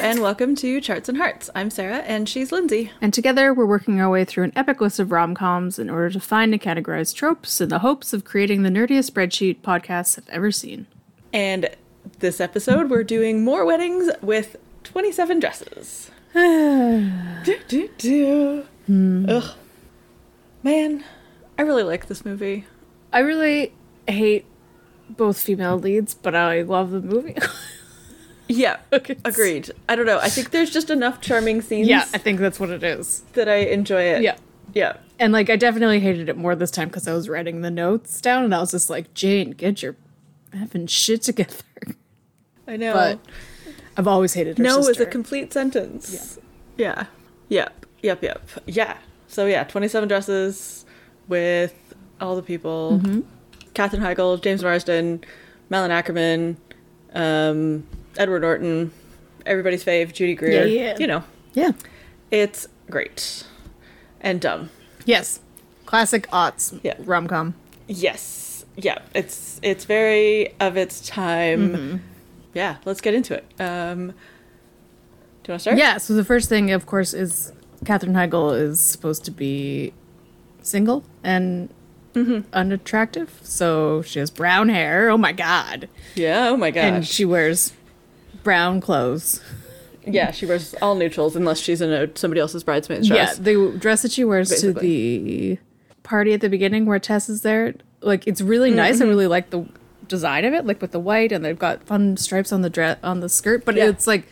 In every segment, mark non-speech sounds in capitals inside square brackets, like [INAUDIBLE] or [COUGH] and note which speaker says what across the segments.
Speaker 1: and welcome to Charts and Hearts. I'm Sarah, and she's Lindsay.
Speaker 2: And together, we're working our way through an epic list of rom coms in order to find and categorize tropes in the hopes of creating the nerdiest spreadsheet podcasts have ever seen. [SIGHS]
Speaker 1: And this episode, we're doing more weddings with 27 dresses. do, do, do.
Speaker 2: Hmm.
Speaker 1: Ugh. Man, I really like this movie.
Speaker 2: I really hate both female leads, but I love the movie. [LAUGHS]
Speaker 1: Yeah,
Speaker 2: Okay.
Speaker 1: agreed. I don't know. I think there's just enough charming scenes
Speaker 2: yeah, I think that's what it is.
Speaker 1: that I enjoy it.
Speaker 2: Yeah.
Speaker 1: Yeah.
Speaker 2: And like, I definitely hated it more this time because I was writing the notes down and I was just like, Jane, get your effing shit together. [LAUGHS]
Speaker 1: I know.
Speaker 2: But I've always hated her
Speaker 1: no is
Speaker 2: sister.
Speaker 1: a complete sentence. Yeah. Yep. Yep. Yep. Yeah. So yeah, twenty-seven dresses with all the people:
Speaker 2: Mm-hmm.
Speaker 1: Katherine Heigl, James Marsden, Malin Ackerman, um, Edward Norton, everybody's fave, Judy Greer.
Speaker 2: Yeah, yeah.
Speaker 1: You know,
Speaker 2: yeah.
Speaker 1: it's great and dumb.
Speaker 2: Yes. Classic aughts
Speaker 1: Yeah.
Speaker 2: rom com.
Speaker 1: Yes. Yeah. It's it's very of its time.
Speaker 2: Mm-hmm.
Speaker 1: Yeah. Let's get into it. Um, do you want to start?
Speaker 2: Yeah, so the first thing, of course, is Katherine Heigl is supposed to be single and unattractive. So she has brown hair. Oh my God.
Speaker 1: Yeah. Oh my gosh.
Speaker 2: And she wears brown clothes.
Speaker 1: Yeah, she wears all neutrals unless she's in a, somebody else's bridesmaid's
Speaker 2: Yeah,
Speaker 1: dress.
Speaker 2: the dress that she wears to the party at the beginning where Tess is there, like it's really nice. I
Speaker 1: Mm-hmm.
Speaker 2: really like the design of it, like with the white, and they've got fun stripes on the dress on the skirt. But
Speaker 1: Yeah.
Speaker 2: it's like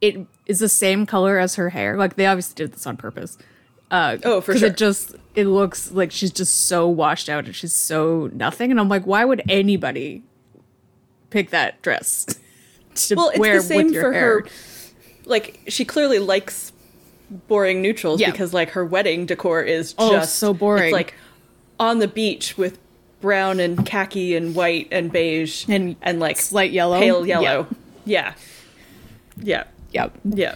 Speaker 2: it is the same color as her hair. Like they obviously did this on purpose. Uh,
Speaker 1: Oh, for
Speaker 2: 'cause
Speaker 1: sure.
Speaker 2: It just it looks like she's just so washed out and she's so nothing. And I'm like, why would anybody pick that dress [LAUGHS] to
Speaker 1: Well, it's
Speaker 2: wear
Speaker 1: the same
Speaker 2: with your
Speaker 1: for
Speaker 2: hair?
Speaker 1: her. Like she clearly likes boring neutrals
Speaker 2: Yeah.
Speaker 1: because like her wedding decor is
Speaker 2: Oh,
Speaker 1: just
Speaker 2: so boring.
Speaker 1: It's like on the beach with brown and khaki and white and beige
Speaker 2: And
Speaker 1: and like
Speaker 2: slight yellow.
Speaker 1: pale yellow. Yeah. Yeah.
Speaker 2: Yep.
Speaker 1: Yeah.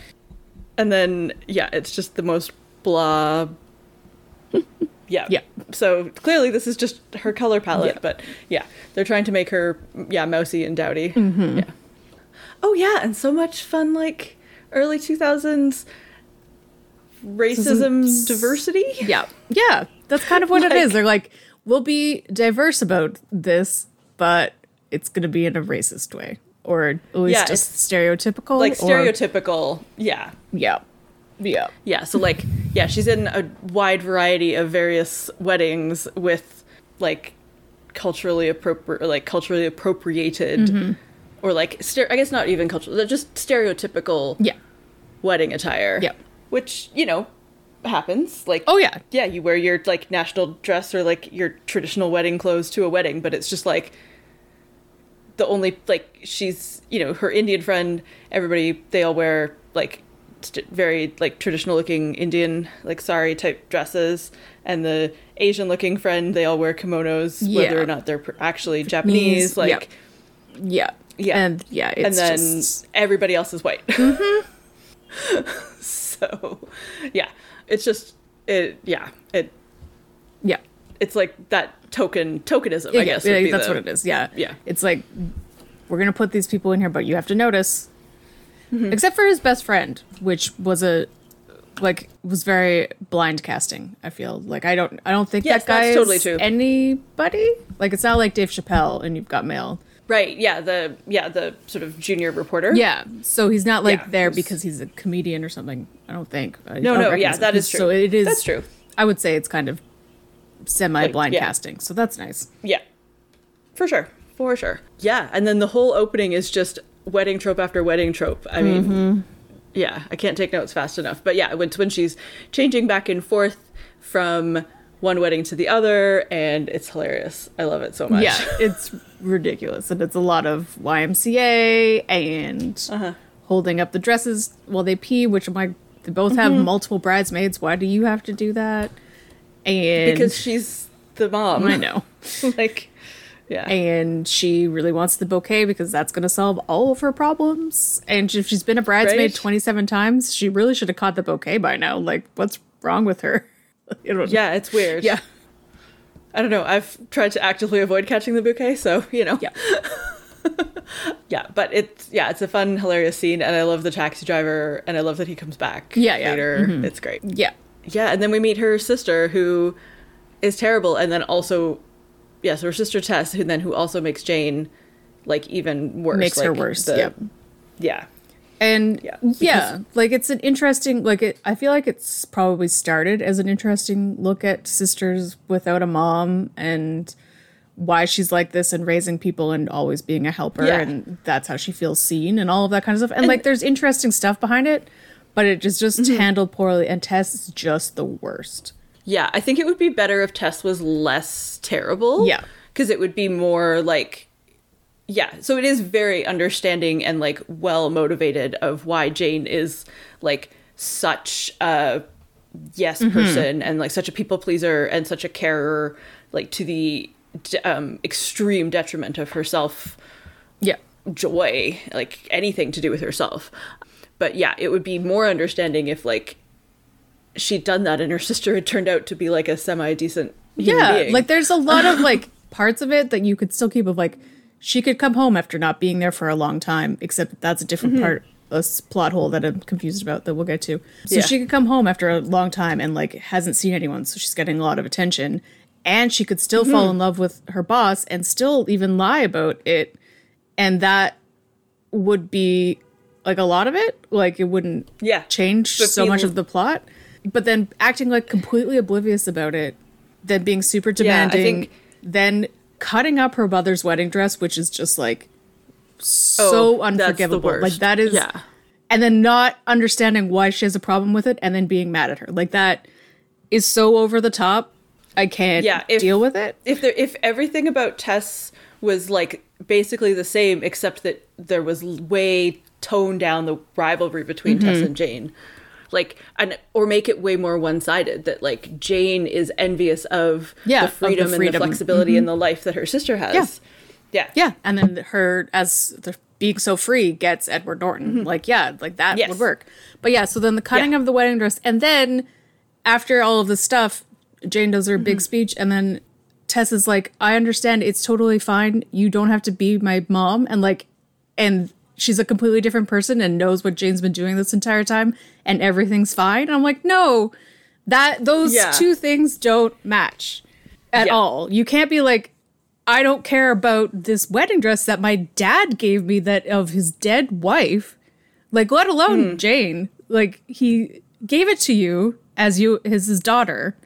Speaker 1: And then yeah, it's just the most blah Yeah.
Speaker 2: Yeah.
Speaker 1: So clearly this is just her color palette,
Speaker 2: Yeah.
Speaker 1: but yeah, they're trying to make her yeah, mousy and dowdy.
Speaker 2: Mm-hmm.
Speaker 1: Yeah. Oh yeah, and so much fun like early 2000s racism
Speaker 2: Racism-
Speaker 1: diversity.
Speaker 2: Yeah. Yeah. That's kind of what it
Speaker 1: Like-
Speaker 2: is. They're like, we'll be diverse about this, but it's going to be in a racist way or at least
Speaker 1: Yeah,
Speaker 2: just stereotypical.
Speaker 1: Like
Speaker 2: or-
Speaker 1: stereotypical. Yeah.
Speaker 2: yeah. Yeah.
Speaker 1: Yeah, so like, yeah, she's in a wide variety of various weddings with like culturally appropriate, like culturally appropriated, or like ster- I guess not even cultural, they're just stereotypical
Speaker 2: Yeah.
Speaker 1: wedding attire.
Speaker 2: Yep.
Speaker 1: which you know happens. Like,
Speaker 2: Oh, yeah.
Speaker 1: yeah, you wear your like national dress or like your traditional wedding clothes to a wedding, but it's just like the only like she's you know her Indian friend. Everybody they all wear like st- very like traditional looking Indian like sari type dresses, and the Asian looking friend they all wear kimonos, whether
Speaker 2: Yeah.
Speaker 1: or not they're pr- actually Japanese.
Speaker 2: yeah.
Speaker 1: Like,
Speaker 2: Yeah.
Speaker 1: Yeah.
Speaker 2: And yeah, it's
Speaker 1: and then
Speaker 2: just. Mm-hmm.
Speaker 1: everybody else is white. [LAUGHS]
Speaker 2: [LAUGHS]
Speaker 1: so, yeah, it's just it. Yeah, it
Speaker 2: Yeah.
Speaker 1: it's like that token tokenism. I
Speaker 2: Yeah,
Speaker 1: guess
Speaker 2: yeah,
Speaker 1: would be
Speaker 2: that's
Speaker 1: the-
Speaker 2: what it is. Yeah.
Speaker 1: Yeah.
Speaker 2: It's like, we're going to put these people in here, but you have to notice.
Speaker 1: Mm-hmm.
Speaker 2: Except for his best friend, which was a. Like was very blind casting. I feel like I don't. I don't think
Speaker 1: Yes,
Speaker 2: that guy
Speaker 1: that's totally
Speaker 2: is
Speaker 1: true.
Speaker 2: anybody. Like it's not like Dave Chappelle and you've got mail.
Speaker 1: Right? Yeah. The yeah the sort of junior reporter.
Speaker 2: Yeah, so he's not like
Speaker 1: Yeah,
Speaker 2: there
Speaker 1: he's-
Speaker 2: because he's a comedian or something. I don't think. I
Speaker 1: No,
Speaker 2: don't
Speaker 1: no,
Speaker 2: recognize
Speaker 1: yeah,
Speaker 2: him.
Speaker 1: that is true.
Speaker 2: So it is.
Speaker 1: That's true.
Speaker 2: I would say it's kind of semi-blind
Speaker 1: yeah.
Speaker 2: casting. So that's nice.
Speaker 1: Yeah. For sure. For sure. Yeah. And then the whole opening is just wedding trope after wedding trope. I mean,
Speaker 2: Mm-hmm.
Speaker 1: yeah, I can't take notes fast enough. But yeah, when, when she's changing back and forth from one wedding to the other, and it's hilarious. I love it so much.
Speaker 2: Yeah, it's ridiculous, and it's a lot of YMCA and
Speaker 1: Uh-huh.
Speaker 2: holding up the dresses while they pee. Which I'm like, they both have
Speaker 1: Mm-hmm.
Speaker 2: multiple bridesmaids. Why do you have to do that? And
Speaker 1: [LAUGHS] Because she's the mom.
Speaker 2: [LAUGHS] I know.
Speaker 1: [LAUGHS] like, yeah.
Speaker 2: and she really wants the bouquet because that's going to solve all of her problems. And if she's been a bridesmaid
Speaker 1: Right?
Speaker 2: 27 times, she really should have caught the bouquet by now. Like, what's wrong with her? [LAUGHS] You know,
Speaker 1: yeah, it's weird.
Speaker 2: Yeah.
Speaker 1: I don't know. I've tried to actively avoid catching the bouquet, so, you know.
Speaker 2: Yeah.
Speaker 1: yeah, but it's yeah, it's a fun, hilarious scene, and I love the taxi driver, and I love that he comes back.
Speaker 2: Yeah, yeah. Mm-hmm.
Speaker 1: later it's great.
Speaker 2: yeah.
Speaker 1: Yeah, and then we meet her sister who is terrible, and then also, yeah, so her sister Tess, who then who also makes Jane like even worse,
Speaker 2: Makes her
Speaker 1: like,
Speaker 2: worse.
Speaker 1: the-
Speaker 2: yep.
Speaker 1: yeah,
Speaker 2: And
Speaker 1: Yeah,
Speaker 2: yeah,
Speaker 1: because-
Speaker 2: like it's an interesting like it, I feel like it's probably started as an interesting look at sisters without a mom and why she's like this and raising people and always being a helper
Speaker 1: Yeah.
Speaker 2: and that's how she feels seen and all of that kind of stuff. And, like there's interesting stuff behind it, but it is just
Speaker 1: Mm-hmm.
Speaker 2: handled poorly and Tess is just the worst.
Speaker 1: yeah. I think it would be better if Tess was less terrible.
Speaker 2: Yeah.
Speaker 1: because it would be more like. Yeah, so it is very understanding and like well motivated of why Jane is like such a yes person and like such a people pleaser and such a carer, like to the d- um, extreme detriment of herself
Speaker 2: Yeah.
Speaker 1: joy, like anything to do with herself. But yeah, it would be more understanding if like she'd done that and her [LAUGHS] sister had turned out to be like a semi decent human
Speaker 2: yeah
Speaker 1: being.
Speaker 2: like there's a lot of like
Speaker 1: [LAUGHS]
Speaker 2: parts of it that you could still keep of like she could come home after not being there for a long time except that that's a different
Speaker 1: Mm-hmm.
Speaker 2: part a s- plot hole that i'm confused about that we'll get to so
Speaker 1: Yeah.
Speaker 2: she could come home after a long time and like hasn't seen anyone so she's getting a lot of attention and she could still
Speaker 1: Mm-hmm.
Speaker 2: fall in love with her boss and still even lie about it and that would be like a lot of it like it wouldn't
Speaker 1: Yeah.
Speaker 2: change
Speaker 1: But
Speaker 2: so
Speaker 1: be-
Speaker 2: much of the plot but then acting like completely oblivious about it then being super
Speaker 1: Yeah, I
Speaker 2: demanding
Speaker 1: think-
Speaker 2: then cutting up her mother's wedding dress which is just like so
Speaker 1: Oh, that's the
Speaker 2: unforgivable like
Speaker 1: worst.
Speaker 2: that is
Speaker 1: Yeah.
Speaker 2: and then not understanding why she has a problem with it and then being mad at her like that is so over the top i can't
Speaker 1: Yeah, if-
Speaker 2: deal with it
Speaker 1: if there if everything about Tess was like basically the same except that there was l- way toned down the rivalry between Tess
Speaker 2: Mm-hmm.
Speaker 1: and Jane like and or make it way more one-sided that like Jane is envious of the
Speaker 2: Yeah, of the
Speaker 1: freedom, and the
Speaker 2: freedom. Mm-hmm.
Speaker 1: flexibility and the life that her sister has yeah
Speaker 2: yeah and then her as the being so free gets edward norton like yeah like that
Speaker 1: Mm-hmm. Yes.
Speaker 2: would work but yeah so then the cutting
Speaker 1: Yeah.
Speaker 2: of the wedding dress and then after all of this stuff jane does her
Speaker 1: Mm-hmm.
Speaker 2: big speech and then tess is like i understand it's totally fine you don't have to be my mom and like and she's a completely different person and knows what jane's been doing this entire time and everything's fine and i'm like no that those
Speaker 1: Yeah.
Speaker 2: two things don't match at
Speaker 1: Yeah.
Speaker 2: all you can't be like I don't care about this wedding dress that my dad gave me that of his dead wife. Like let alone Jane. Like he gave it to you as you as his daughter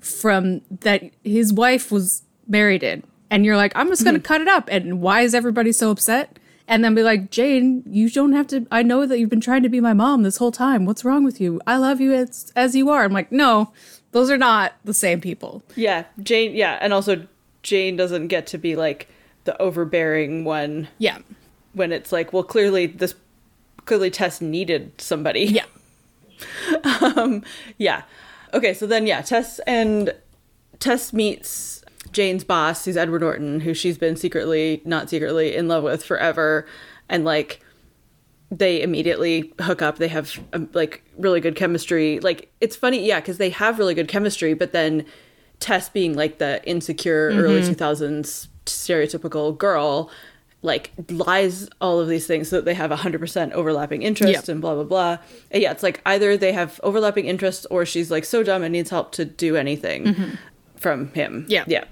Speaker 2: from that his wife was married in. And you're like, I'm just gonna cut it up. And why is everybody so upset? And then be like, Jane, you don't have to I know that you've been trying to be my mom this whole time. What's wrong with you? I love you as as you are. I'm like, no, those are not the same people.
Speaker 1: Yeah, Jane. Yeah, and also Jane doesn't get to be like the overbearing one
Speaker 2: Yeah.
Speaker 1: when it's like, well, clearly this, clearly Tess needed somebody.
Speaker 2: Yeah.
Speaker 1: [LAUGHS] yeah. Okay, so then yeah, Tess and Tess meets Jane's boss, who's Edward Norton, who she's been secretly, not secretly, in love with forever, and like they immediately hook up. They have um, like really good chemistry. Like it's funny, yeah, because they have really good chemistry, but then Tess being like the insecure
Speaker 2: Mm-hmm.
Speaker 1: early two thousands stereotypical girl like lies all of these things so that they have 100% overlapping interests
Speaker 2: Yeah.
Speaker 1: and blah blah blah And yeah it's like either they have overlapping interests or she's like so dumb and needs help to do anything from him
Speaker 2: Mm-hmm. Yeah.
Speaker 1: yeah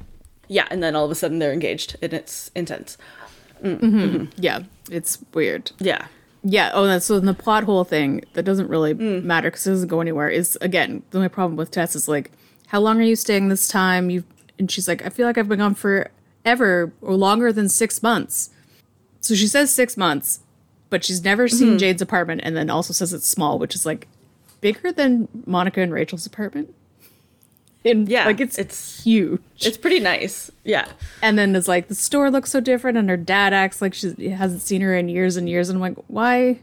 Speaker 1: yeah and then all of a sudden they're engaged and it's intense
Speaker 2: Yeah. It's weird.
Speaker 1: yeah
Speaker 2: Yeah. Oh, that's so. then The plot hole thing that doesn't really matter because it doesn't go anywhere is again the only problem with Tess is like, how long are you staying this time? You and she's like, I feel like I've been gone forever or longer than six months. So she says six months, but she's never seen Jade's apartment, and then also says it's small, which is like bigger than Monica and Rachel's apartment. And
Speaker 1: Yeah,
Speaker 2: yeah, like it's
Speaker 1: it's-
Speaker 2: it's huge.
Speaker 1: it's pretty nice yeah
Speaker 2: And then it's like the store looks so different, and her dad acts like she hasn't seen her in years and years. And I'm like, why?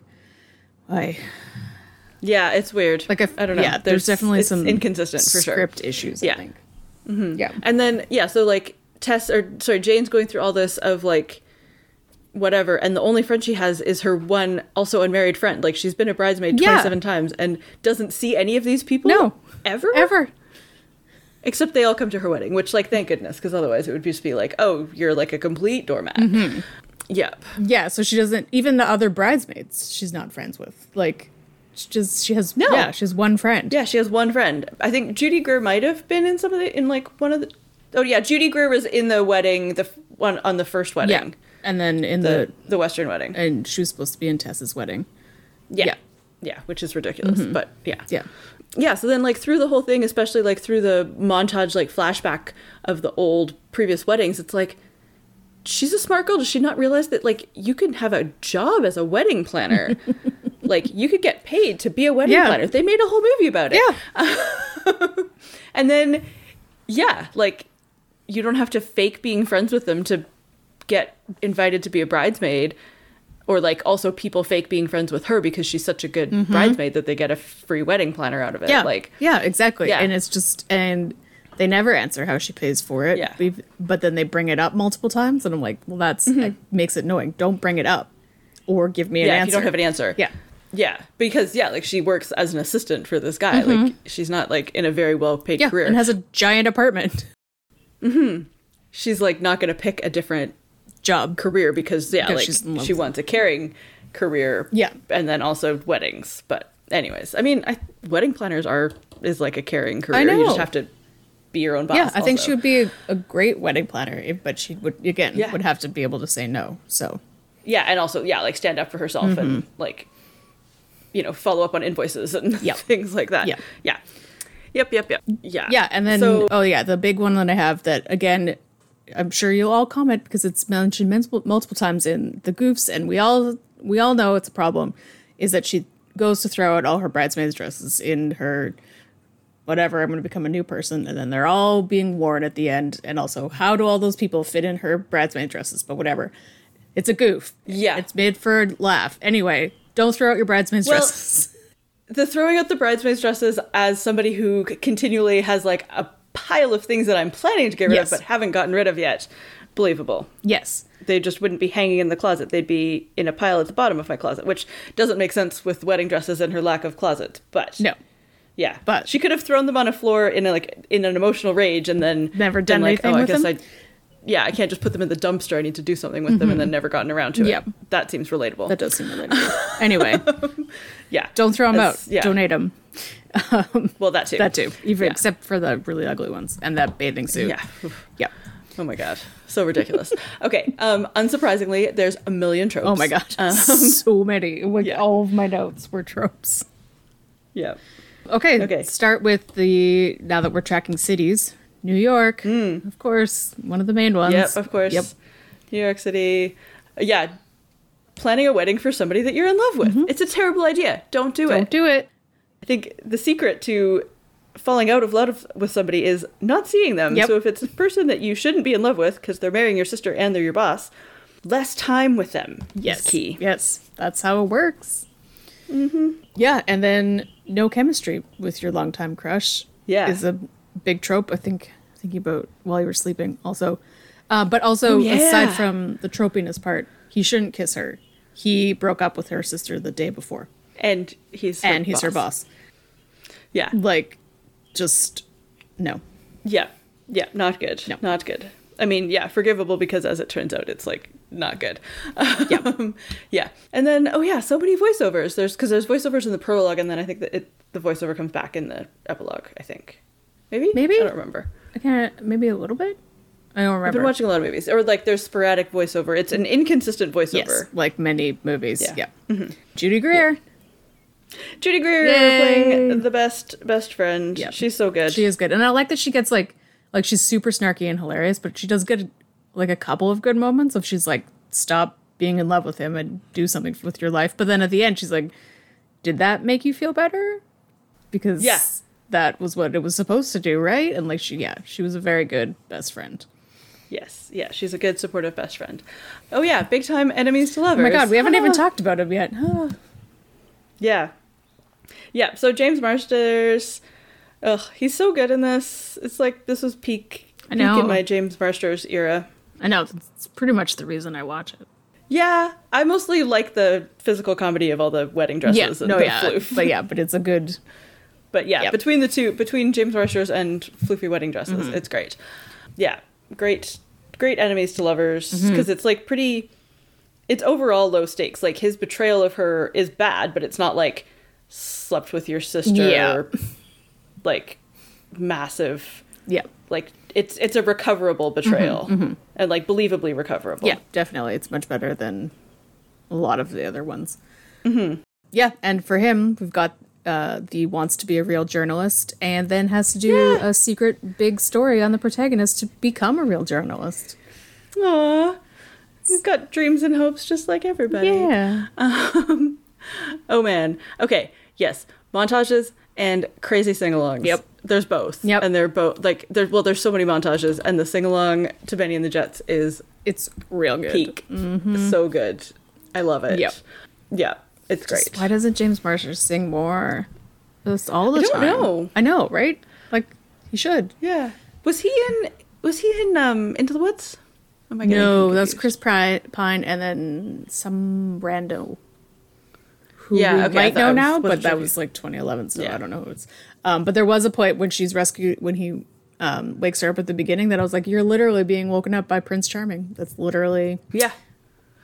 Speaker 2: Why?
Speaker 1: yeah it's weird
Speaker 2: Like if,
Speaker 1: i don't know
Speaker 2: Yeah, there's, definitely
Speaker 1: it's
Speaker 2: some
Speaker 1: inconsistent for sure
Speaker 2: script issues.
Speaker 1: Yeah. Mm-hmm.
Speaker 2: I think. Yeah.
Speaker 1: And then yeah, so like Tess or sorry, Jane's going through all this of like whatever, and the only friend she has is her one also unmarried friend. Like she's been a bridesmaid
Speaker 2: Yeah.
Speaker 1: 27 times and doesn't see any of these people
Speaker 2: No.
Speaker 1: ever
Speaker 2: Ever.
Speaker 1: except they all
Speaker 2: Mm-hmm.
Speaker 1: come to her wedding, which like thank goodness because otherwise it would just be like, "Oh, you're like a complete doormat." Yep.
Speaker 2: Yeah, so she doesn't even the other bridesmaids she's not friends with. Like she just she has
Speaker 1: No.
Speaker 2: yeah, she has one friend.
Speaker 1: Yeah, she has one friend. I think Judy Greer might have been in some of the in like one of the. Oh yeah, Judy Greer was in the wedding, the f- one on the first
Speaker 2: Yeah.
Speaker 1: wedding,
Speaker 2: And then in
Speaker 1: the
Speaker 2: the,
Speaker 1: the Western wedding.
Speaker 2: and she was supposed to be in Tess's wedding.
Speaker 1: yeah.
Speaker 2: yeah. Mm-hmm.
Speaker 1: yeah, which is ridiculous, but yeah,
Speaker 2: Yeah.
Speaker 1: yeah. So then, like through the whole thing, especially like through the montage, like flashback of the old previous weddings, it's like she's a smart girl. Does she not realize that like you can have a job as a wedding planner?
Speaker 2: [LAUGHS]
Speaker 1: like you could get paid to be a wedding
Speaker 2: Yeah.
Speaker 1: planner. They made a whole movie about it.
Speaker 2: Yeah.
Speaker 1: [LAUGHS] And then, yeah, like you don't have to fake being friends with them to get invited to be a bridesmaid, or like also people fake being friends with her because she's such a good bridesmaid that they get a free wedding planner out of it.
Speaker 2: Mm-hmm. Yeah.
Speaker 1: Like,
Speaker 2: yeah, exactly.
Speaker 1: Yeah.
Speaker 2: And it's just and they never answer how she pays for it.
Speaker 1: Yeah.
Speaker 2: We've- But then they bring it up multiple times and I'm like, well that's that makes it annoying. Don't bring it up or give me an
Speaker 1: yeah,
Speaker 2: answer.
Speaker 1: if you don't have an answer,
Speaker 2: Yeah.
Speaker 1: yeah, because yeah, like she works as an assistant for this guy. Like she's not like in a very well paid
Speaker 2: Mm-hmm. Yeah,
Speaker 1: career.
Speaker 2: and has a giant apartment [LAUGHS]
Speaker 1: she's like not going to pick a different
Speaker 2: job.
Speaker 1: career because yeah,
Speaker 2: Because
Speaker 1: like
Speaker 2: she's in love
Speaker 1: she
Speaker 2: with-
Speaker 1: wants a caring career.
Speaker 2: Yeah.
Speaker 1: and then also weddings. But anyways, I mean, I, wedding planners are is like a caring career. You
Speaker 2: know.
Speaker 1: just have to be your own boss.
Speaker 2: Yeah, I think
Speaker 1: also.
Speaker 2: she would be a, a great wedding planner, if- but she would again
Speaker 1: Yeah.
Speaker 2: would have to be able to say no. So
Speaker 1: Yeah, and also yeah, like stand up for herself and like you know follow up on invoices and
Speaker 2: Yep.
Speaker 1: [LAUGHS] things like that.
Speaker 2: Mm-hmm. Yeah.
Speaker 1: yeah, yep, yep, yep. Yeah,
Speaker 2: yeah, and then
Speaker 1: so
Speaker 2: oh yeah, the big one that I have that again, I'm sure you'll all comment because it's mentioned multiple, multiple times in the goofs, and we all we all know it's a problem, is that she goes to throw out all her bridesmaids' dresses in her whatever i'm going to become a new person and then they're all being worn at the end and also how do all those people fit in her bridesmaid dresses but whatever it's a goof
Speaker 1: Yeah.
Speaker 2: it's made for a laugh anyway don't throw out your bridesmaids
Speaker 1: Well,
Speaker 2: dresses [LAUGHS]
Speaker 1: the throwing out the bridesmaids dresses as somebody who c- continually has like a pile of things that I'm planning to get rid
Speaker 2: Yes.
Speaker 1: of but haven't gotten rid of yet, believable.
Speaker 2: yes
Speaker 1: they just wouldn't be hanging in the closet. They'd be in a pile at the bottom of my closet, which doesn't make sense with wedding dresses and her lack of closets. But
Speaker 2: no
Speaker 1: yeah,
Speaker 2: But-
Speaker 1: she could have thrown them on a floor in a, like in an emotional rage and then
Speaker 2: Never done
Speaker 1: been like,
Speaker 2: anything
Speaker 1: oh,
Speaker 2: with
Speaker 1: I guess
Speaker 2: them?
Speaker 1: I, yeah, I can't just put them in the dumpster. I need to do something with them, and then never gotten around to it.
Speaker 2: Mm-hmm. Yep.
Speaker 1: That seems relatable.
Speaker 2: that does seem related anyway
Speaker 1: yeah,
Speaker 2: don't throw them out
Speaker 1: That's- Yeah,
Speaker 2: donate them
Speaker 1: Well, that too.
Speaker 2: that too even
Speaker 1: Yeah.
Speaker 2: except for the really ugly ones and that bathing suit
Speaker 1: Yeah.
Speaker 2: yeah
Speaker 1: Oh my god, so ridiculous. okay, um, unsurprisingly, there's a million tropes.
Speaker 2: oh my god [LAUGHS] so many like
Speaker 1: Um, yeah.
Speaker 2: all of my notes were tropes
Speaker 1: Yeah.
Speaker 2: Okay.
Speaker 1: Okay.
Speaker 2: Start with the now that we're tracking cities. New York, of course, one of the main ones.
Speaker 1: Hmm. Yep, of course.
Speaker 2: Yep.
Speaker 1: New York City. Yeah. Planning a wedding for somebody that you're in love with. It's a terrible idea. Don't do
Speaker 2: Mm-hmm. Don't
Speaker 1: it.
Speaker 2: do it.
Speaker 1: I think the secret to falling out of love with somebody is not seeing them.
Speaker 2: Yep.
Speaker 1: So if it's a person that you shouldn't be in love with because they're marrying your sister and they're your boss, less time with them
Speaker 2: Yes.
Speaker 1: is key.
Speaker 2: Yes. That's how it works. Mm-hmm. Yeah, and then no chemistry with your longtime crush.
Speaker 1: Yeah.
Speaker 2: Is a big trope. I think thinking about while you were sleeping also. Uh, but also
Speaker 1: yeah.
Speaker 2: aside from the tropiness part, he shouldn't kiss her. He broke up with her sister the day before.
Speaker 1: And he's her
Speaker 2: and he's her boss.
Speaker 1: Yeah.
Speaker 2: Like just no.
Speaker 1: Yeah. Yeah. Not good.
Speaker 2: No.
Speaker 1: Not good. I mean, yeah, forgivable because as it turns out, it's like not good.
Speaker 2: Yeah.
Speaker 1: [LAUGHS] Um, yeah. And then, oh yeah, so many voiceovers. There's because there's voiceovers in the prologue, and then I think that it, the voiceover comes back in the epilogue. I think, maybe,
Speaker 2: Maybe?
Speaker 1: I don't remember.
Speaker 2: I can't. Maybe a little bit. I don't remember.
Speaker 1: I've been watching a lot of movies, or like there's sporadic voiceover. It's an inconsistent
Speaker 2: yes,
Speaker 1: voiceover.
Speaker 2: like many movies. Yeah. Mm-hmm.
Speaker 1: Yeah.
Speaker 2: Judy Greer.
Speaker 1: Judy Greer
Speaker 2: Yay.
Speaker 1: playing the best best friend.
Speaker 2: Yeah.
Speaker 1: She's so good.
Speaker 2: She is good, and I like that she gets like like she's super snarky and hilarious, but she does get like a couple of good moments of she's like stop being in love with him and do something with your life. But then at the end, she's like, "Did that make you feel better?" Because
Speaker 1: Yeah.
Speaker 2: that was what it was supposed to do, right? And like she, yeah, she was a very good best friend.
Speaker 1: Yes, yeah, she's a good supportive best friend. Oh yeah, big time enemies to lovers.
Speaker 2: Oh my god, we haven't
Speaker 1: [LAUGHS]
Speaker 2: even
Speaker 1: Ah.
Speaker 2: talked about him yet. [GASPS] Ah.
Speaker 1: Yeah. Yeah, so James Marsters. Ugh, he's so good in this. It's like this was peak,
Speaker 2: I know.
Speaker 1: peak in my James Marsters era.
Speaker 2: I know it's pretty much the reason I watch it.
Speaker 1: Yeah, I mostly like the physical comedy of all the wedding dresses
Speaker 2: yeah,
Speaker 1: and
Speaker 2: no,
Speaker 1: the
Speaker 2: yeah,
Speaker 1: floof.
Speaker 2: but yeah, but it's
Speaker 1: [LAUGHS]
Speaker 2: a good.
Speaker 1: But yeah,
Speaker 2: Yep.
Speaker 1: between the two, between James Marsters and floofy wedding dresses,
Speaker 2: Mm-hmm.
Speaker 1: it's
Speaker 2: Mm-hmm.
Speaker 1: great. Yeah, great, great enemies to lovers because it's like pretty. it's overall low stakes. Like his betrayal of her is bad, but it's not like slept with your sister
Speaker 2: Yeah.
Speaker 1: or like massive
Speaker 2: Yeah.
Speaker 1: like it's it's a recoverable betrayal and like believably recoverable.
Speaker 2: Mm-hmm. Yeah, definitely. It's much better than a lot of the other ones.
Speaker 1: Mm-hmm.
Speaker 2: Yeah, and for him, we've got uh, the wants to be a real journalist and then has to do a secret big story on the protagonist to become a real journalist.
Speaker 1: Aw. You've got dreams and hopes just like everybody.
Speaker 2: Yeah.
Speaker 1: Oh man. Okay. Yes. Montages and crazy sing-alongs.
Speaker 2: Yep.
Speaker 1: There's both.
Speaker 2: Yep.
Speaker 1: And they're both like there's well there's so many montages and the sing-along to Benny and the Jets is
Speaker 2: It's real good. Mm-hmm.
Speaker 1: peak. So good. I love it.
Speaker 2: Yep.
Speaker 1: Yeah. It's
Speaker 2: Just
Speaker 1: great.
Speaker 2: Why doesn't James Marsh sing more? Just all the
Speaker 1: I don't
Speaker 2: time.
Speaker 1: know.
Speaker 2: I know, right? Like he should.
Speaker 1: yeah. Was he in was he in um Into the Woods? Am I getting
Speaker 2: No,
Speaker 1: him
Speaker 2: that's
Speaker 1: confused?
Speaker 2: Chris Pri- Pine and then some rando who
Speaker 1: Yeah,
Speaker 2: we
Speaker 1: okay, I
Speaker 2: might
Speaker 1: thought
Speaker 2: know
Speaker 1: I was-
Speaker 2: now, but
Speaker 1: wasn't sure
Speaker 2: that
Speaker 1: if
Speaker 2: was like 2011, so I
Speaker 1: Yeah.
Speaker 2: don't know who it's. Um, but there was a point when she's rescued when he um, wakes her up at the beginning that I was like, "You're literally being woken up by Prince Charming." That's literally
Speaker 1: Yeah.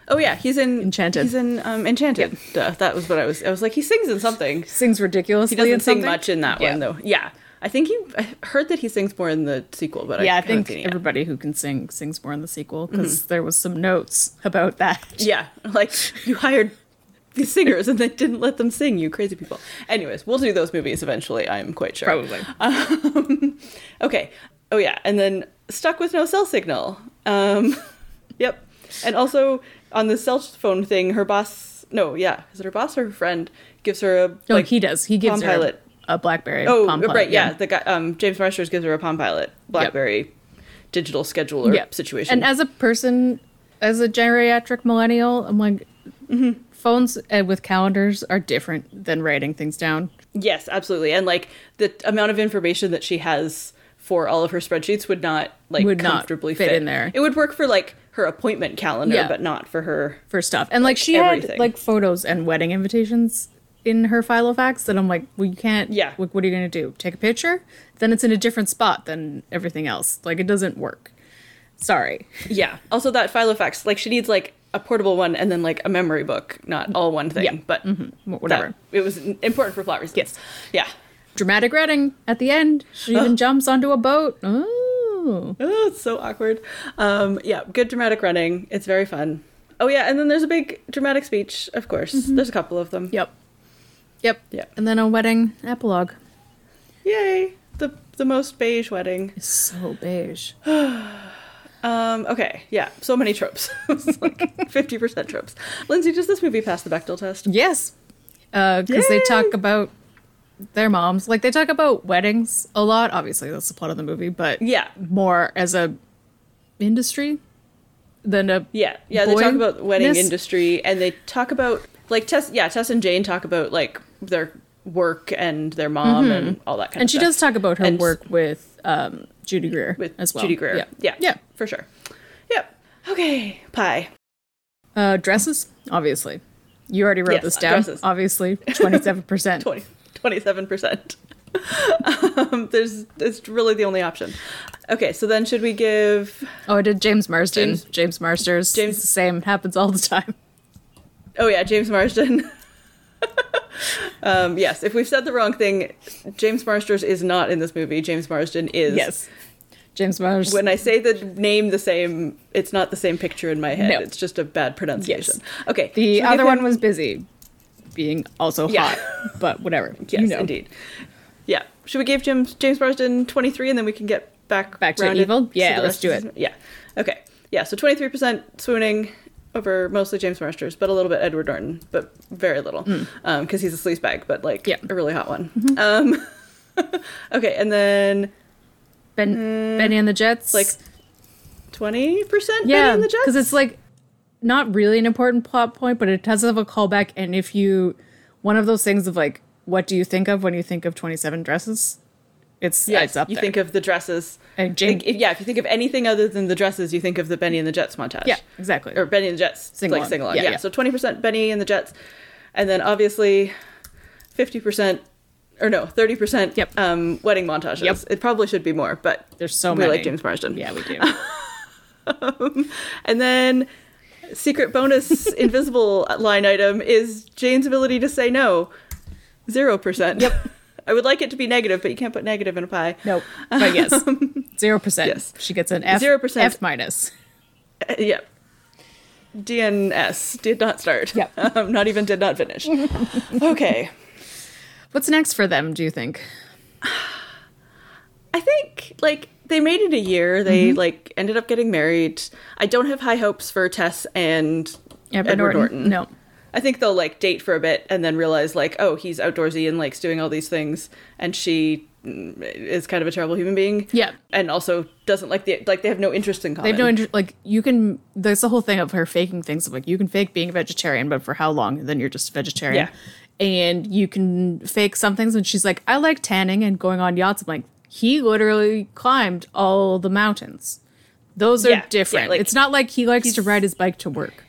Speaker 1: Oh yeah, he's in
Speaker 2: Enchanted.
Speaker 1: He's in um, Enchanted. Duh, that was what I was. I was like, he sings in something.
Speaker 2: sings ridiculously.
Speaker 1: He doesn't
Speaker 2: in
Speaker 1: sing
Speaker 2: something.
Speaker 1: much in that
Speaker 2: Yeah.
Speaker 1: one though. Yeah, I think he. I heard that he sings more in the sequel, but
Speaker 2: Yeah,
Speaker 1: I,
Speaker 2: I
Speaker 1: haven't
Speaker 2: think
Speaker 1: seen it yet.
Speaker 2: everybody who can sing sings more in the sequel because there was some notes about that.
Speaker 1: Yeah, [LAUGHS] like you hired these singers and they didn't let them sing. You crazy people. Anyways, we'll do those movies eventually. I'm quite sure.
Speaker 2: Probably.
Speaker 1: Okay. Oh yeah, and then stuck with no cell signal. Um, [LAUGHS] yep. And also on the cell phone thing, her boss. No, yeah, is it her boss or her friend? Gives her a
Speaker 2: [LAUGHS] no,
Speaker 1: like
Speaker 2: Oh, he does. He
Speaker 1: Palm
Speaker 2: gives her
Speaker 1: Pilot.
Speaker 2: a BlackBerry.
Speaker 1: Oh,
Speaker 2: Palm Pilot,
Speaker 1: right, yeah. The guy, um, James Marsters gives her a Palm Pilot BlackBerry digital scheduler
Speaker 2: Yeah.
Speaker 1: situation.
Speaker 2: And as a person, as a geriatric millennial, I'm like,
Speaker 1: Mm-hmm.
Speaker 2: phones uh, with calendars are different than writing things down.
Speaker 1: yes, absolutely. And like the amount of information that she has for all of her spreadsheets would not like
Speaker 2: Would not
Speaker 1: comfortably
Speaker 2: fit in there.
Speaker 1: It would work for like her appointment calendar,
Speaker 2: Yeah.
Speaker 1: but not for her.
Speaker 2: for stuff. And like, she had
Speaker 1: everything.
Speaker 2: like photos and wedding invitations in her file of facts that I'm like, well, you can't.
Speaker 1: Yeah.
Speaker 2: Like, what are you gonna do? Take a picture? Then it's in a different spot than everything else. Like, it doesn't work. Sorry. [LAUGHS]
Speaker 1: Yeah. [LAUGHS] Also, that Filofax, like she needs like a portable one and then like a memory book, not all one thing.
Speaker 2: Yeah.
Speaker 1: But
Speaker 2: Wh-
Speaker 1: that-
Speaker 2: Whatever.
Speaker 1: it was important for plot reasons.
Speaker 2: Yes.
Speaker 1: Yeah.
Speaker 2: Dramatic wedding at the end. She even jumps onto a boat. Ooh.
Speaker 1: Oh, it's so awkward. Um, yeah, good dramatic running. It's very fun. Oh yeah, and then there's a big dramatic speech, of course.
Speaker 2: Mm-hmm.
Speaker 1: There's a couple of them.
Speaker 2: Yep. Yep.
Speaker 1: Yeah.
Speaker 2: And then a wedding epilogue.
Speaker 1: Yay. The the most beige wedding.
Speaker 2: It's so beige.
Speaker 1: Um, okay, yeah. So many tropes. [LAUGHS] It's
Speaker 2: [LAUGHS]
Speaker 1: like fifty percent tropes. Lindsay, does this movie pass the Bechtel test?
Speaker 2: [GASPS] Yes, because they
Speaker 1: Yay!
Speaker 2: talk about their moms. Like they talk about weddings a lot. Obviously, that's the plot of the movie, but
Speaker 1: Yeah.
Speaker 2: more as a industry than a
Speaker 1: Yeah, yeah. They talk about wedding
Speaker 2: boy-ness.
Speaker 1: industry, and they talk about like Tess. Yeah, Tess and Jane talk about like their work and their mom and all that kind
Speaker 2: Mm-hmm. And
Speaker 1: of.
Speaker 2: she
Speaker 1: stuff.
Speaker 2: does talk about her
Speaker 1: And-
Speaker 2: work with um, Judy Greer
Speaker 1: with
Speaker 2: as well.
Speaker 1: Judy Greer.
Speaker 2: Yeah,
Speaker 1: yeah,
Speaker 2: yeah.
Speaker 1: for sure. Yep. Okay, pie.
Speaker 2: Uh, dresses, obviously. You already wrote
Speaker 1: Yes,
Speaker 2: this down.
Speaker 1: dresses.
Speaker 2: Obviously,
Speaker 1: [LAUGHS]
Speaker 2: twenty-seven percent.
Speaker 1: 20, 27%. [LAUGHS] um, there's it's really the only option. Okay, so then should we give
Speaker 2: Oh, I did James Marsden. James,
Speaker 1: James-
Speaker 2: Marsters.
Speaker 1: James-
Speaker 2: James, the same happens all the time.
Speaker 1: Oh yeah, James Marsden. [LAUGHS] um, yes, if we've said the wrong thing, James Marsters is not in this movie. James Marsden is.
Speaker 2: Yes, James Marsden.
Speaker 1: When I say the name the same, it's not the same picture in my head.
Speaker 2: No.
Speaker 1: It's just a bad pronunciation. Okay. should we
Speaker 2: The
Speaker 1: give
Speaker 2: other
Speaker 1: him-
Speaker 2: one was busy being also
Speaker 1: Yeah.
Speaker 2: hot, but [LAUGHS] whatever.
Speaker 1: Yes,
Speaker 2: you know.
Speaker 1: indeed. Yeah. Should we give James James Marsden twenty three, and then we can get back
Speaker 2: Back to
Speaker 1: rounded
Speaker 2: evil? Yeah,
Speaker 1: the
Speaker 2: let's
Speaker 1: rest
Speaker 2: do
Speaker 1: of
Speaker 2: it.
Speaker 1: the- Yeah. Okay. Yeah. So twenty three percent swooning over mostly James Marsters, but a little bit Edward Norton, but very little because he's a sleaze bag, but like
Speaker 2: Hmm. Yeah. Mm-hmm.
Speaker 1: a really hot one. Um, [LAUGHS] okay, and then
Speaker 2: Ben, Benny and the Jets.
Speaker 1: Mm. like twenty percent.
Speaker 2: yeah,
Speaker 1: in the Jets.
Speaker 2: because it's like not really an important plot point, but it does have a callback. And if you, one of those things of like, what do you think of when you think of Twenty Seven Dresses? It's yeah,
Speaker 1: Yes,
Speaker 2: it's up
Speaker 1: you
Speaker 2: there.
Speaker 1: think of the dresses.
Speaker 2: And Jane-
Speaker 1: Like, if- yeah, if you think of anything other than the dresses, you think of the Benny and the Jets montage.
Speaker 2: yeah, exactly.
Speaker 1: Or Benny and the Jets.
Speaker 2: Sing
Speaker 1: like
Speaker 2: along.
Speaker 1: sing along.
Speaker 2: Yeah,
Speaker 1: Yeah,
Speaker 2: yeah.
Speaker 1: So 20% Benny and the Jets. And then obviously 50%, or no, 30%
Speaker 2: Yep.
Speaker 1: um, wedding montages.
Speaker 2: Yep.
Speaker 1: It probably should be more, but
Speaker 2: There's so
Speaker 1: we [LAUGHS]
Speaker 2: many.
Speaker 1: like James Marsden.
Speaker 2: yeah, we do.
Speaker 1: And then secret
Speaker 2: [LAUGHS]
Speaker 1: bonus invisible line item is Jane's ability to say no. Zero percent.
Speaker 2: Yep.
Speaker 1: [LAUGHS] I would like it to be negative, but you can't put negative in a pie.
Speaker 2: Nope. But yes, zero percent.
Speaker 1: yes.
Speaker 2: She gets an F.
Speaker 1: 0%.
Speaker 2: F minus.
Speaker 1: Uh, [LAUGHS] yep. DNS did not start.
Speaker 2: Yep.
Speaker 1: [LAUGHS] Um, not even did not
Speaker 2: [LAUGHS]
Speaker 1: finish. okay.
Speaker 2: What's next for them? Do you think?
Speaker 1: I think like they made it a year. They
Speaker 2: Mm-hmm.
Speaker 1: like ended up getting married. I don't have high hopes for Tess and Edward, Norton.
Speaker 2: No.
Speaker 1: I think they'll like date for a bit and then realize like, oh, he's outdoorsy and likes doing all these things, and she mm, is kind of a terrible human being.
Speaker 2: Yeah.
Speaker 1: and also doesn't like the like they have no interest in common.
Speaker 2: They have no interest. Like you can. There's the whole thing of her faking things. Of like you can fake being a vegetarian, but for how long? Then you're just a vegetarian. And you can fake some things. And she's like, I like tanning and going on yachts. I'm like, he literally climbed all the mountains. Those are
Speaker 1: Yeah, yeah,
Speaker 2: different.
Speaker 1: like,
Speaker 2: it's not like he likes to
Speaker 1: he's-
Speaker 2: ride his bike to work.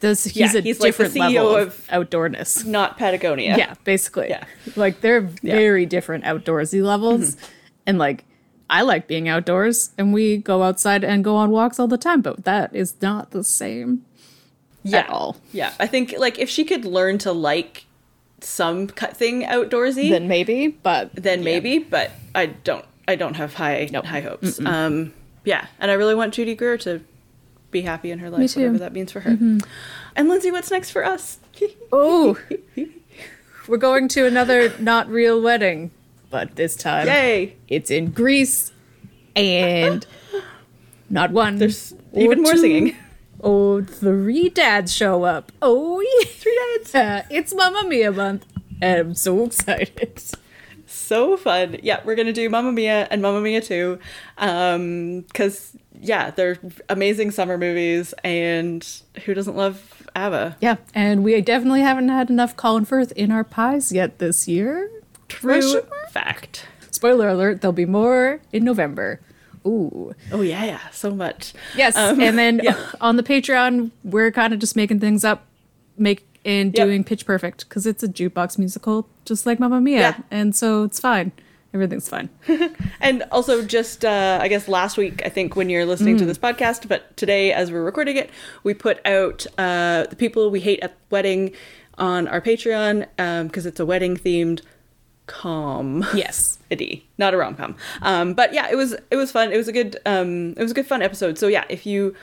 Speaker 2: This he's
Speaker 1: Yeah,
Speaker 2: a
Speaker 1: he's like the
Speaker 2: different
Speaker 1: CEO
Speaker 2: level of,
Speaker 1: of-
Speaker 2: outdoorness.
Speaker 1: not Patagonia.
Speaker 2: yeah basically
Speaker 1: Yeah.
Speaker 2: like they're very different outdoorsy levels and like i like being outdoors and we go outside and go on walks all the time but that is not the same
Speaker 1: yeah.
Speaker 2: at all
Speaker 1: Yeah, I think like if she could learn to like some cut thing outdoorsy,
Speaker 2: then maybe but
Speaker 1: then
Speaker 2: yeah.
Speaker 1: maybe. But I don't. I don't have high
Speaker 2: Nope.
Speaker 1: high hopes. Um, yeah, and I really want Judy Greer to be happy in her life,
Speaker 2: too. Mm-hmm.
Speaker 1: whatever that means for her. And Lindsay, what's next for us? [LAUGHS]
Speaker 2: [LAUGHS] oh we're going to another not real wedding but this time
Speaker 1: Yay!
Speaker 2: it's in [LAUGHS] greece and not one
Speaker 1: There's
Speaker 2: or
Speaker 1: even more
Speaker 2: two,
Speaker 1: singing. [LAUGHS]
Speaker 2: oh three dads show up oh [LAUGHS] yeah
Speaker 1: Three dads.
Speaker 2: Uh, it's Mamma Mia month. and I'm so excited.
Speaker 1: so fun. Yeah, we're gonna do Mamma Mia and Mamma Mia Two, um, because yeah, they're amazing summer movies, and who doesn't love ABBA?
Speaker 2: Yeah, and we definitely haven't had enough Colin Firth in our pies yet this year.
Speaker 1: True
Speaker 2: Question mark?
Speaker 1: fact.
Speaker 2: Spoiler alert, there'll be more in November. Ooh.
Speaker 1: Oh yeah, yeah, so much.
Speaker 2: Yes,
Speaker 1: Um,
Speaker 2: and [LAUGHS] then
Speaker 1: yeah.
Speaker 2: on the Patreon, we're kind of just making things up, make and
Speaker 1: Yep.
Speaker 2: doing Pitch Perfect because it's a jukebox musical, just like Mamma Mia,
Speaker 1: Yeah.
Speaker 2: and so it's fine. Everything's fine.
Speaker 1: And also, just uh, I guess last week, I think when you're listening to this podcast, but today as we're recording it, we put out uh, the people we hate at wedding on our Patreon because it's a wedding themed [LAUGHS] calm.
Speaker 2: [LAUGHS] Yes.
Speaker 1: a D, not a rom com. Um, but yeah, it was it was fun. It was a good um, it was a good fun episode. So yeah, if you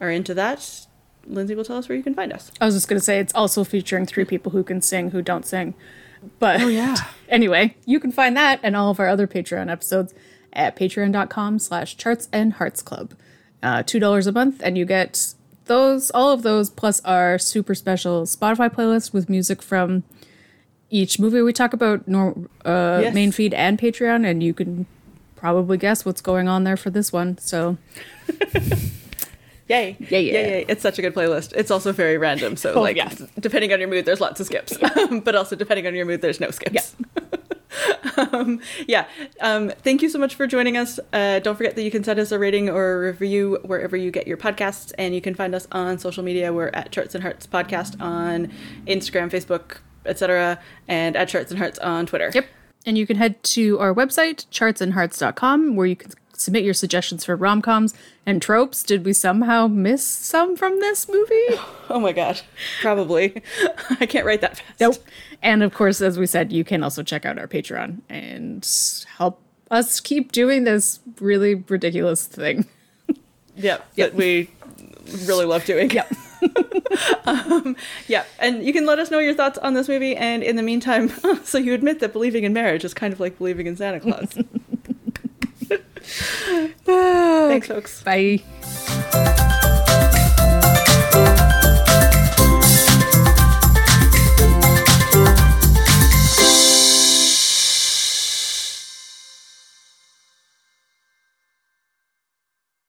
Speaker 1: are into that, Lindsay will tell us where you can find us.
Speaker 2: I was just gonna say it's also featuring three people who can sing who don't sing. But
Speaker 1: Oh, yeah.
Speaker 2: [LAUGHS] anyway, you can find that and all of our other Patreon episodes at patreon.com slash charts and hearts club. Uh, two dollars a month and you get those all of those plus our super special Spotify playlist with music from each movie we talk about nor- uh,
Speaker 1: Yes.
Speaker 2: main feed and Patreon and you can probably guess what's going on there for this one. So
Speaker 1: Yay.
Speaker 2: Yeah, yeah.
Speaker 1: Yay, yay. It's such a good playlist. It's also very random. So,
Speaker 2: Oh,
Speaker 1: like,
Speaker 2: yeah.
Speaker 1: depending on your mood, there's lots of skips. [LAUGHS] but also, depending on your mood, there's no skips. [LAUGHS] um, yeah. Um, thank you so much for joining us. Uh, don't forget that you can send us a rating or a review wherever you get your podcasts. And you can find us on social media. We're at Charts and Hearts Podcast on Instagram, Facebook, etc., and at Charts and Hearts on Twitter.
Speaker 2: Yep. And you can head to our website, chartsandhearts.com, where you can submit your suggestions for rom coms and tropes. Did we somehow miss some from this movie?
Speaker 1: Oh my God. Probably. [LAUGHS] I can't write that fast.
Speaker 2: And of course, as we said, you can also check out our Patreon and help us keep doing this really ridiculous thing.
Speaker 1: Yep. That we really love doing. [LAUGHS] Um,
Speaker 2: Yep.
Speaker 1: Yeah, and you can let us know your thoughts on this movie. And in the meantime, [LAUGHS] so you admit that believing in marriage is kind of like believing in Santa Claus. Thanks, folks.
Speaker 2: Bye.